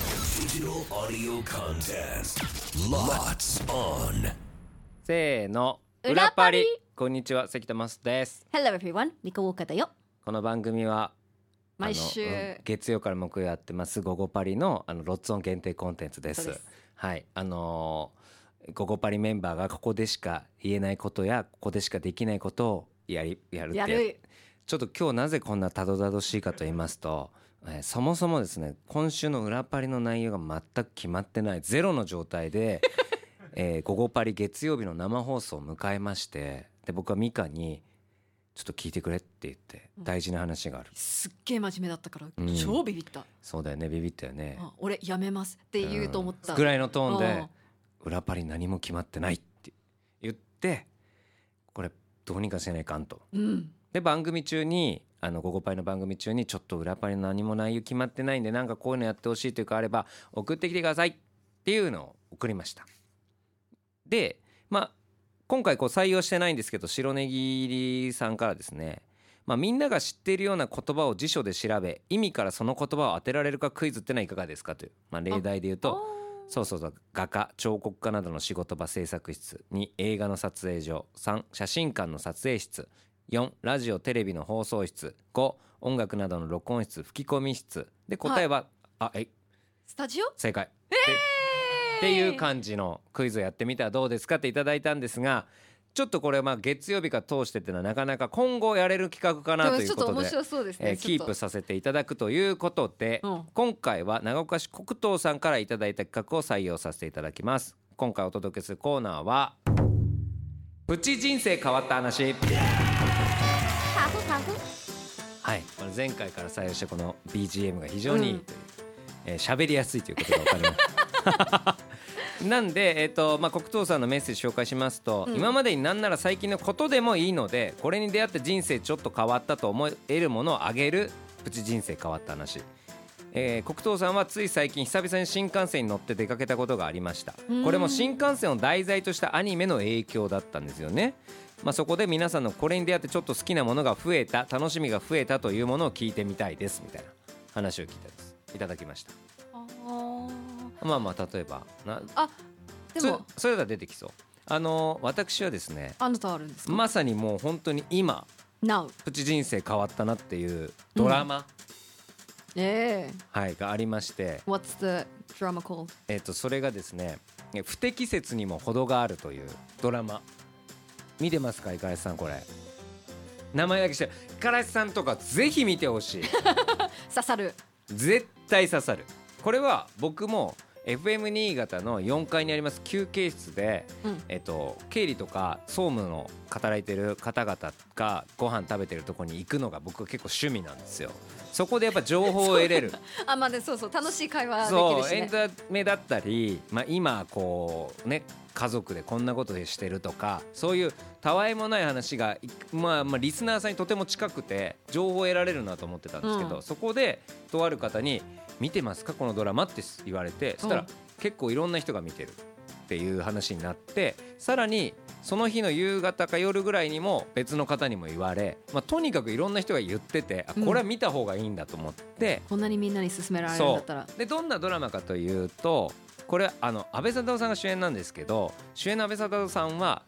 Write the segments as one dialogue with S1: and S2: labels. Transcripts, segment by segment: S1: Digital audio contest. Lots on.
S2: せーの
S3: 裏パリ
S2: こんにちは関田マスです
S3: Hello everyone, ミカウォーカーだよ。
S2: この番組はあの
S3: 毎週
S2: うん月曜から木曜やってます「ゴゴパリの」あのロッツオン限定コンテンツです
S3: そうです
S2: はいあのーゴゴパリメンバーがここでしか言えないことやここでしかできないことをやりやるって
S3: やる。
S2: ちょっと今日なぜこんなたどたどしいかと言いますと、えーそもそもですね今週の裏パリの内容が全く決まってないゼロの状態で 「えー午後パリ」月曜日の生放送を迎えましてで僕はミカに「ちょっと聞いてくれ」って言って
S3: うん
S2: 大事な話がある、
S3: すっげえ真面目だったから、
S2: うん
S3: 超ビビった、
S2: そうだよねビビったよね
S3: あ俺やめますって言うと思った。
S2: ぐ
S3: い
S2: らいのトーンで「裏パリ何も決まってない」って言ってこれどうにかせないかんと。
S3: うん。
S2: で番組中に「あのゴゴパイ」の番組中にちょっと裏パリの何も内容決まってないんでなんかこういうのやってほしいというかあれば送ってきてくださいっていうのを送りましたでまあ今回こう採用してないんですけど白ネギ入りさんからですねまあ、みんなが知っているような言葉を辞書で調べ意味からその言葉を当てられるかクイズってのはいかがですかという、まあ、例題で言うとそうそうそう画家彫刻家などの仕事場制作室2映画の撮影所3写真館の撮影室4ラジオテレビの放送室5音楽などの録音室吹き込み室で答えは、あえい
S3: スタジオ？
S2: 正解っていう感じのクイズをやってみたらどうですかっていただいたんですがちょっとこれまあ月曜日から通してっていうのはなかなか今後やれる企画かなとい
S3: ちょ
S2: う
S3: っ
S2: ことと
S3: 面
S2: で
S3: 白そうです
S2: え
S3: ね。
S2: ーキープさせていただくということで、
S3: うん
S2: 今回は長岡市黒糖さんからいただいた企画を採用させていただきます今回お届けするコーナーはプチ人生変わった話
S3: ハフハフ。
S2: はいこれ前回から採用したこの BGM が非常にいいというえー喋、りやすいということが分かりますなんで、えーとまあ、黒糖さんのメッセージ紹介しますと、
S3: うん
S2: 今までになんなら最近のことでもいいのでこれに出会って人生ちょっと変わったと思えるものをあげるプチ人生変わった話、えー黒糖さんはつい最近久々に新幹線に乗って出かけたことがありました
S3: うん
S2: これも新幹線を題材としたアニメの影響だったんですよねまあ、そこで皆さんのこれに出会ってちょっと好きなものが増えた楽しみが増えたというものを聞いてみたいですみたいな話を聞いたですいただきました
S3: あ
S2: まあまあ例えばな
S3: ーあでも
S2: そそれが出てきそうあの私はですね
S3: あなたあるんですか、
S2: まさにもう本当に今
S3: ?Now。
S2: プチ人生変わったなっていうドラマ、
S3: ええ
S2: はい、がありまして、
S3: What's the drama called?
S2: えっとそれがですねえ不適切にも程があるというドラマ見てますか五十嵐さんこれ名前だけしてる五十嵐さんとかぜひ見てほ しい
S3: 刺さる。
S2: 絶対刺さるこれは僕も FM 新潟の4階にあります休憩室で
S3: うん。
S2: えっと、経理とか総務の働いてる方々がご飯食べてるとこに行くのが僕は結構趣味なんですよそこでやっぱ情報を得れる
S3: あまあねそうそう楽しい会話でき
S2: そ
S3: る
S2: う,、
S3: し
S2: エ
S3: ね
S2: ン。タメだったり、まあ、今こうね家族でこんなことでしてるとかそういうたわいもない話が、いまあ、まあリスナーさんにとても近くて情報を得られるなと思ってたんですけど、
S3: うん
S2: そこでとある方に「見てますかこのドラマ」って言われてそしたら、
S3: うん
S2: 結構いろんな人が見てるっていう話になってさらにその日の夕方か夜ぐらいにも別の方にも言われ、まあ、とにかくいろんな人が言っててあ
S3: うん
S2: これは見た方がいいんだと思って。
S3: こんなにみんなに勧められるんだったら。
S2: でどんなドラマかというとこれあの安倍サダヲさんが主演なんですけど主演の安倍サダヲさんは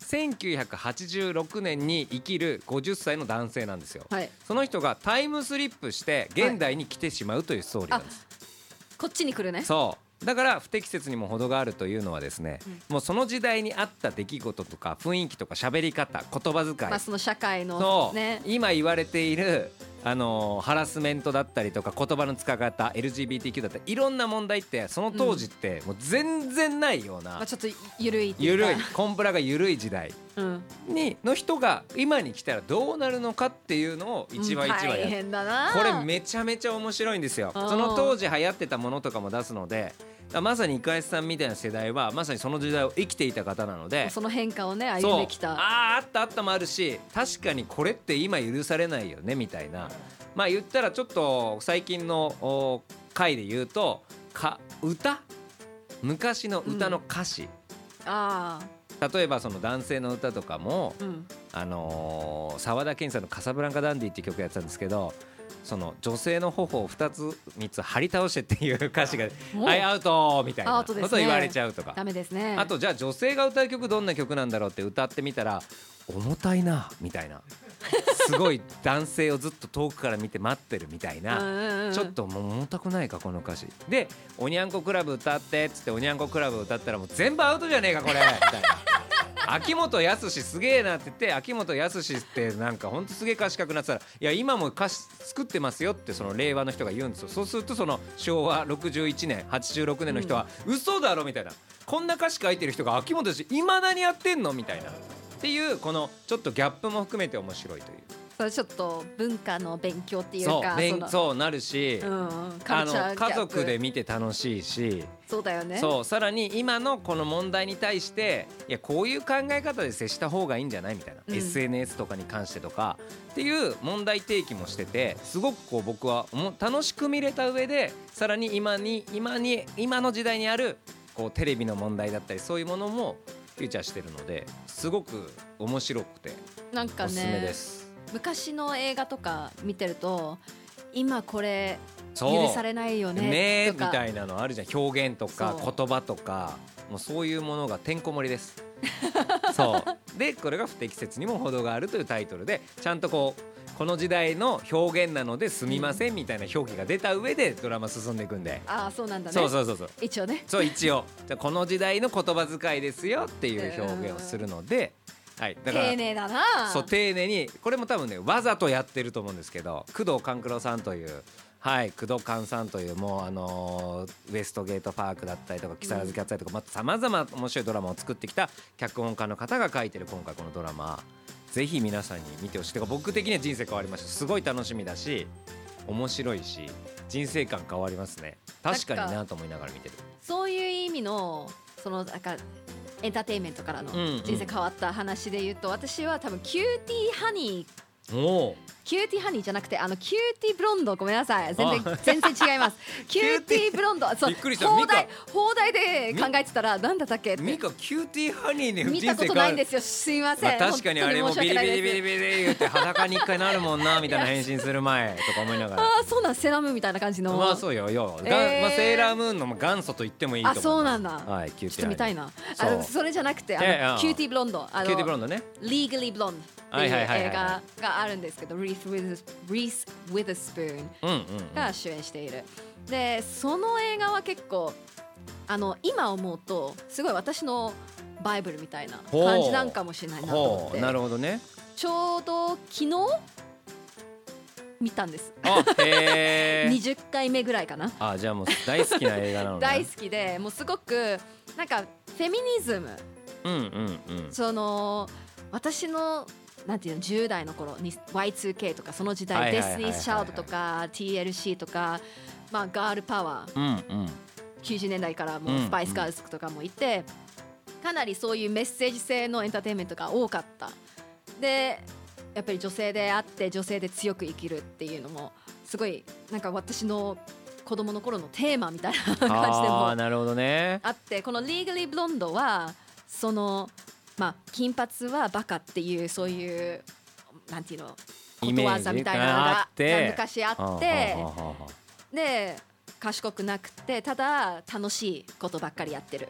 S2: 1986年に生きる50歳の男性なんですよ。
S3: はい。
S2: その人がタイムスリップして現代に来てしまうというストーリーなんです。
S3: こっちに来るね。
S2: そうだから不適切にも程があるというのはですね、もうその時代にあった出来事とか雰囲気とか喋り方言葉遣い
S3: まあその社会の
S2: そう、
S3: ね。
S2: 今言われているあのーハラスメントだったりとか言葉の使い方 LGBTQ だったりいろんな問題ってその当時ってもう全然ないような、
S3: まあちょっとゆるいっていう
S2: ゆ
S3: か。
S2: るいコンプラがゆるい時代
S3: うん。
S2: にの人が今に来たらどうなるのかっていうのを一話一話やっ
S3: 大
S2: て
S3: 変だな
S2: これめちゃめちゃ面白いんですよ
S3: うん
S2: その当時流行ってたものとかも出すのでまさにイカエスさんみたいな世代はまさにその時代を生きていた方なので
S3: その変化をね歩んでき
S2: そう
S3: た
S2: あーあったあったもあるし確かにこれって今許されないよねみたいなまあ言ったらちょっと最近のお回で言うとか歌昔の歌の歌詞、
S3: ああ
S2: 例えばその男性の歌とかも
S3: うん
S2: あのー沢田研さんの「カサブランカ・ダンディ」っていう曲やってたんですけどその女性の頬を2つ3つ張り倒してっていう歌詞が「
S3: もう
S2: はいアウト!」みたい
S3: ア
S2: な
S3: ウ
S2: こ
S3: ト
S2: と
S3: ですね
S2: 言われちゃうとか
S3: ダメですね
S2: あとじゃあ女性が歌う曲どんな曲なんだろうって歌ってみたら重たいなみたいなすごい男性をずっと遠くから見て待ってるみたい
S3: うん
S2: な
S3: うんうん
S2: ちょっともう重たくないかこの歌詞で「おにゃんこクラブ歌って」っつって「おにゃんこクラブ歌ったらもう全部アウトじゃねえかこれ」みた いな。秋元康すげえなって言って秋元康ってなんかほんとすげえ歌詞書くなってたら「いや今も歌詞作ってますよ」ってその令和の人が言うんですよそうするとその昭和61年86年の人は「嘘だろ」みたいな「こんな歌詞書いてる人が秋元康いまだにやってんの?」みたいなっていうこのちょっとギャップも含めて面白いという
S3: それちょっと文化の勉強っていう
S2: そう
S3: か
S2: 勉
S3: の
S2: そうなるし、
S3: うんうんカ
S2: あ
S3: ルチャー
S2: の
S3: ギャッ
S2: 家
S3: プ
S2: 族で見て楽しいし。
S3: そうだよね
S2: そうさらに今のこの問題に対していやこういう考え方で接した方がいいんじゃないみたいな、
S3: うん
S2: SNS とかに関してとかっていう問題提起もしててすごくこう僕はおも楽しく見れた上でさらに今に今に今の時代にあるこうテレビの問題だったりそういうものもフューチャーしてるのですごく面白くて
S3: なんか
S2: おすすめ
S3: ね
S2: です。
S3: 昔の映画とか見てると今これ
S2: そう
S3: 許されないよね
S2: ねえ
S3: と
S2: み
S3: か
S2: たいなのあるじゃん表現とか
S3: そう
S2: 言葉とかもうそういうものがてんこ盛りです そうでこれが「不適切にも程がある」というタイトルでちゃんとこうこの時代の表現なのですみませんみたいな表記が出た上でドラマ進んでいくんで、
S3: ああそうなんだね
S2: そうそうそうそう
S3: 一応ね
S2: そう一応じゃあこの時代の言葉遣いですよっていう表現をするので、はい、だから
S3: 丁寧だな
S2: そう丁寧にこれも多分ねわざとやってると思うんですけど工藤官九郎さんという。はい、工藤官さんというもう、あのーウエストゲートパークだったりとか木更津キャッツアイとかさまざ、ま面白いドラマを作ってきた脚本家の方が書いてる今回このドラマぜひ皆さんに見てほしいてか僕的には人生変わりましたすごい楽しみだし面白いし人生観変わりますね確かになと思いながら見てる
S3: そういう意味のそのなんかエンターテインメントからの
S2: うんうん
S3: 人生変わった話で言うと、私は多分キューティーハニー
S2: おー
S3: キューティーハニーじゃなくてあのキューティーブロンドごめんなさい全然全然違 いますキューティーブロンドそう
S2: びっくりした
S3: 放題
S2: ミ
S3: 放題で考えてたらなんだったっけって
S2: ミカキューティーハニーね
S3: 見たことないんですよすいません、
S2: まあ、確かにあれも
S3: 本当
S2: ビリ
S3: 申し訳
S2: ビ
S3: ないです
S2: リビリビリ言って裸に一回なるもんなみたいな返信する前とか思いながら
S3: ああそうなんセラムみたいな感じの、
S2: まあそうよよ、がん
S3: えー
S2: まあ、セーラームーンの元祖と言ってもいいと思います
S3: あそうなんだ
S2: はいキュー
S3: ちょ
S2: ティー
S3: っと見たい
S2: な
S3: な
S2: そ
S3: あ
S2: う
S3: のそれじゃなくてあの、
S2: ええああ
S3: キューティーブロンドあの
S2: キューティーブロンドね
S3: Legally Blonde って
S2: はいいうはいはいはい
S3: 映画があるんですけど、リース・ウィズ・リース・ウィズスプーン
S2: うんうん、うん、
S3: が主演している。で、その映画は結構あの今思うとすごい私のバイブルみたいな
S2: ほう
S3: 感じなんかもしれないなと思っ
S2: ほう
S3: て、
S2: なるほどね
S3: ちょうど昨日見たんです。
S2: あへえ
S3: 20回目ぐらいかな。
S2: あじゃあもう大好きな映画なのね
S3: 大好きで、もうすごくなんかフェミニズム
S2: うんうんうん
S3: その私のなんていうの10代の頃に Y2K とかその時
S2: は
S3: 代
S2: いはい
S3: デ
S2: はいはい
S3: スティーズ・シャウドとか TLC とか、まあ、ガールパワー
S2: うんうん
S3: 90年代から
S2: う
S3: も
S2: ん
S3: うスパイス・ガールズとかもいて、かなりそういうメッセージ性のエンターテインメントが多かったでやっぱり女性であって女性で強く生きるっていうのもすごいなんか私の子供の頃のテーマみたいな感じでも
S2: ああなるほどね
S3: あってこの「Legally Blonde」はそのまあ金髪はバカっていうそういうなんていうのこ
S2: イ
S3: と
S2: メ
S3: わ
S2: ージ
S3: ざみたいなの
S2: があ
S3: が
S2: って
S3: 昔あ
S2: は
S3: っ
S2: あ
S3: て
S2: はあはあは
S3: で賢くなくてただ楽しいことばっかりやってる。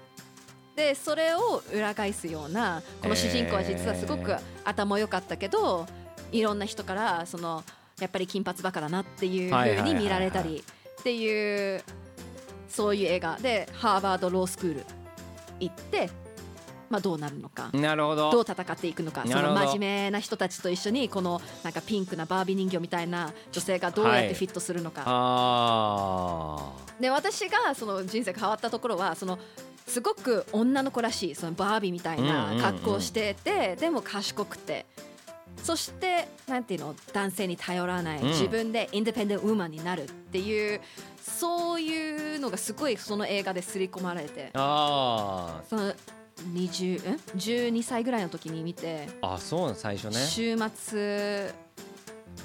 S3: でそれを裏返すようなこの主人公は実はすご
S2: へ
S3: く
S2: ー
S3: 頭良かったけどいろんな人からそのやっぱり金髪バカだなっていう
S2: はいはい
S3: 風
S2: はいはい
S3: に
S2: はい
S3: 見られたりっていうそういう映画でハーバードロースクール行って、まあ、どうなるのか
S2: あ。なるほど
S3: どう戦っていくのかそ
S2: なるほ
S3: の
S2: ど
S3: 真面目な人たちと一緒にこのなんかピンクなバービー人形みたいな女性がどうやっ
S2: は
S3: て
S2: い
S3: フィットするのか、
S2: あ
S3: で私がその人生変わったところはそのすごく女の子らしいそのバービーみたい
S2: うんうんう
S3: なん格好をしてて、でも賢くてそしてなんていうの男性に頼らない、
S2: うん
S3: 自分でインディペンデントウーマンになるっていうそういうのがすごいその映画ですり込まれて
S2: あああ
S3: その20ん12歳ぐらいの時に見て、
S2: あそうなの最初ね
S3: 週末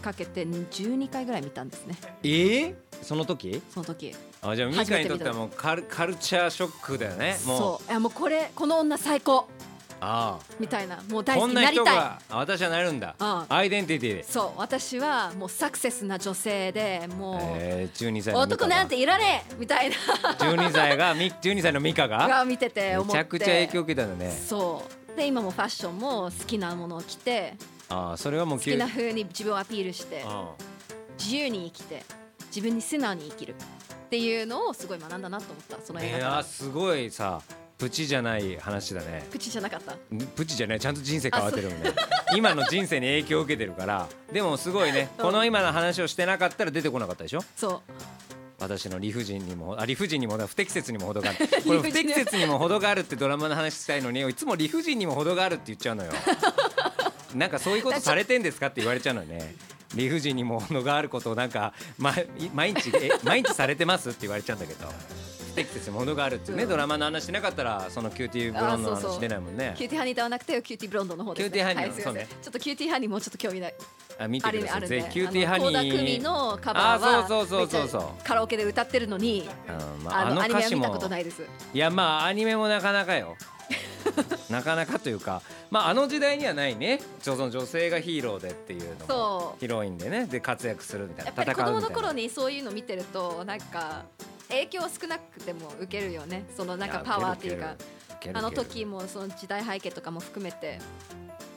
S3: かけて12回ぐらい見たんですね
S2: えー、その時
S3: その時
S2: あじゃあミ
S3: 初
S2: カ
S3: め
S2: に
S3: て
S2: とっ
S3: 見
S2: て
S3: た
S2: はもうカルカルチャーショックだよねも
S3: そういやもうこれこの女最高
S2: うあ
S3: みたいなもう
S2: あ
S3: 大
S2: こ
S3: 好き
S2: ん
S3: に
S2: な
S3: なり
S2: 人
S3: たい
S2: があ私はなるんだ
S3: うん
S2: アイデンティティで
S3: そう私はもうサクセスな女性でもう
S2: えー、12歳の
S3: 男なんていらねえみたい
S2: 12歳がみ12歳のミカ
S3: な
S2: が
S3: が見てて
S2: め
S3: 思って
S2: ちゃくちゃ影響受けたんだね
S3: そうで今もファッションも好きなものを着て
S2: ああそれはもう
S3: 好きな風に自分をアピールして
S2: うん
S3: 自由に生きて自分に素直に生きるっていうのをすごい学んだなと思ったその映画
S2: い
S3: か
S2: や
S3: ら
S2: すごいさプチじゃない話だね
S3: 口じゃなかった
S2: プチじゃないちゃんと人生変わってるもんね今の人生に影響を受けてるからでもすごいね
S3: うん
S2: この今の話をしてなかったら出てこなかったでしょ
S3: そ
S2: 私の理不尽にもあ理不尽にも不適切にも程があるこれ不適切にも程があるってドラマの話したいのにいつも理不尽にも程があるって言っちゃうのよなんかそういうことされてんですかって言われちゃうのよね理不尽にも程があることをなんか、ま、毎日え毎日されてますって言われちゃうんだけど不適切にも程があるってね、
S3: うん
S2: ドラマの話しなかったらそのキューティーブロンドの
S3: あそうそ
S2: 話
S3: う
S2: 出ないもんね
S3: うキューティーハニーではなくてキューティーブロンドの方です、ね、
S2: キューティーハニーの
S3: はいすいません
S2: そ
S3: ちょっとキューティーハニーもうちょっと興味ない
S2: あ見て
S3: あ
S2: く
S3: る
S2: ださ
S3: あ
S2: い
S3: るん
S2: ぜ
S3: で
S2: ひキューティーハニ
S3: あの倖田
S2: ー
S3: 來未のカバーは
S2: あそうそうそうそうそう
S3: めっちゃカラオケで歌ってるのに
S2: うんまあ
S3: あの
S2: あの
S3: アニメ
S2: 歌
S3: は
S2: 詞
S3: 見た
S2: も
S3: ことないです
S2: いやまあアニメもなかなかよなかなかというかまああの時代にはないねちょその女性がヒーローでっていうのも
S3: そう
S2: ヒロインでねで活躍するみたいな
S3: やっぱり子
S2: 戦う
S3: 供
S2: みた
S3: の
S2: いな
S3: 頃にそういうの見てるとなんか影響少なくても受けるよねそのなんかパワーっていうか
S2: いや受ける受ける
S3: あの時もその時代背景とかも含めて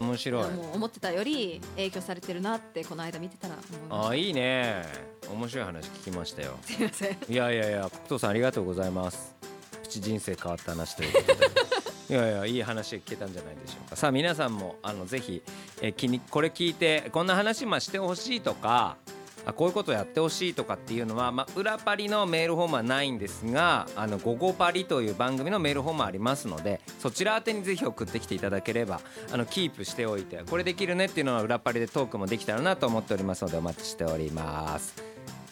S2: 面白い
S3: もう思ってたより影響されてるなってこの間見てたら思いまし
S2: あ
S3: た
S2: あいいね面白い話聞きましたよ
S3: すいません
S2: いやいやいや国藤さんありがとうございますプチ人生変わった話ということでいやいやいい話聞けたんじゃないでしょうかさあ皆さんもあのぜひえ気にこれ聞いてこんな話まあしてほしいとかあこういうことやってほしいとかっていうのは、まあ、裏パリのメールフォームはないんですが「あの午後パリ」という番組のメールフォームありますのでそちら宛てにぜひ送ってきていただければあのキープしておいてこれできるねっていうのは裏パリでトークもできたらなと思っておりますのでお待ちしております。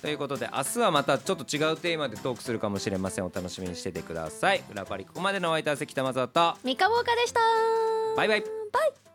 S2: ということで明日はまたちょっと違うテーマでトークするかもしれませんお楽しみにしててください裏パリここまでのお相手は関田正人
S3: 三河岡でした
S2: バイバイ
S3: バイ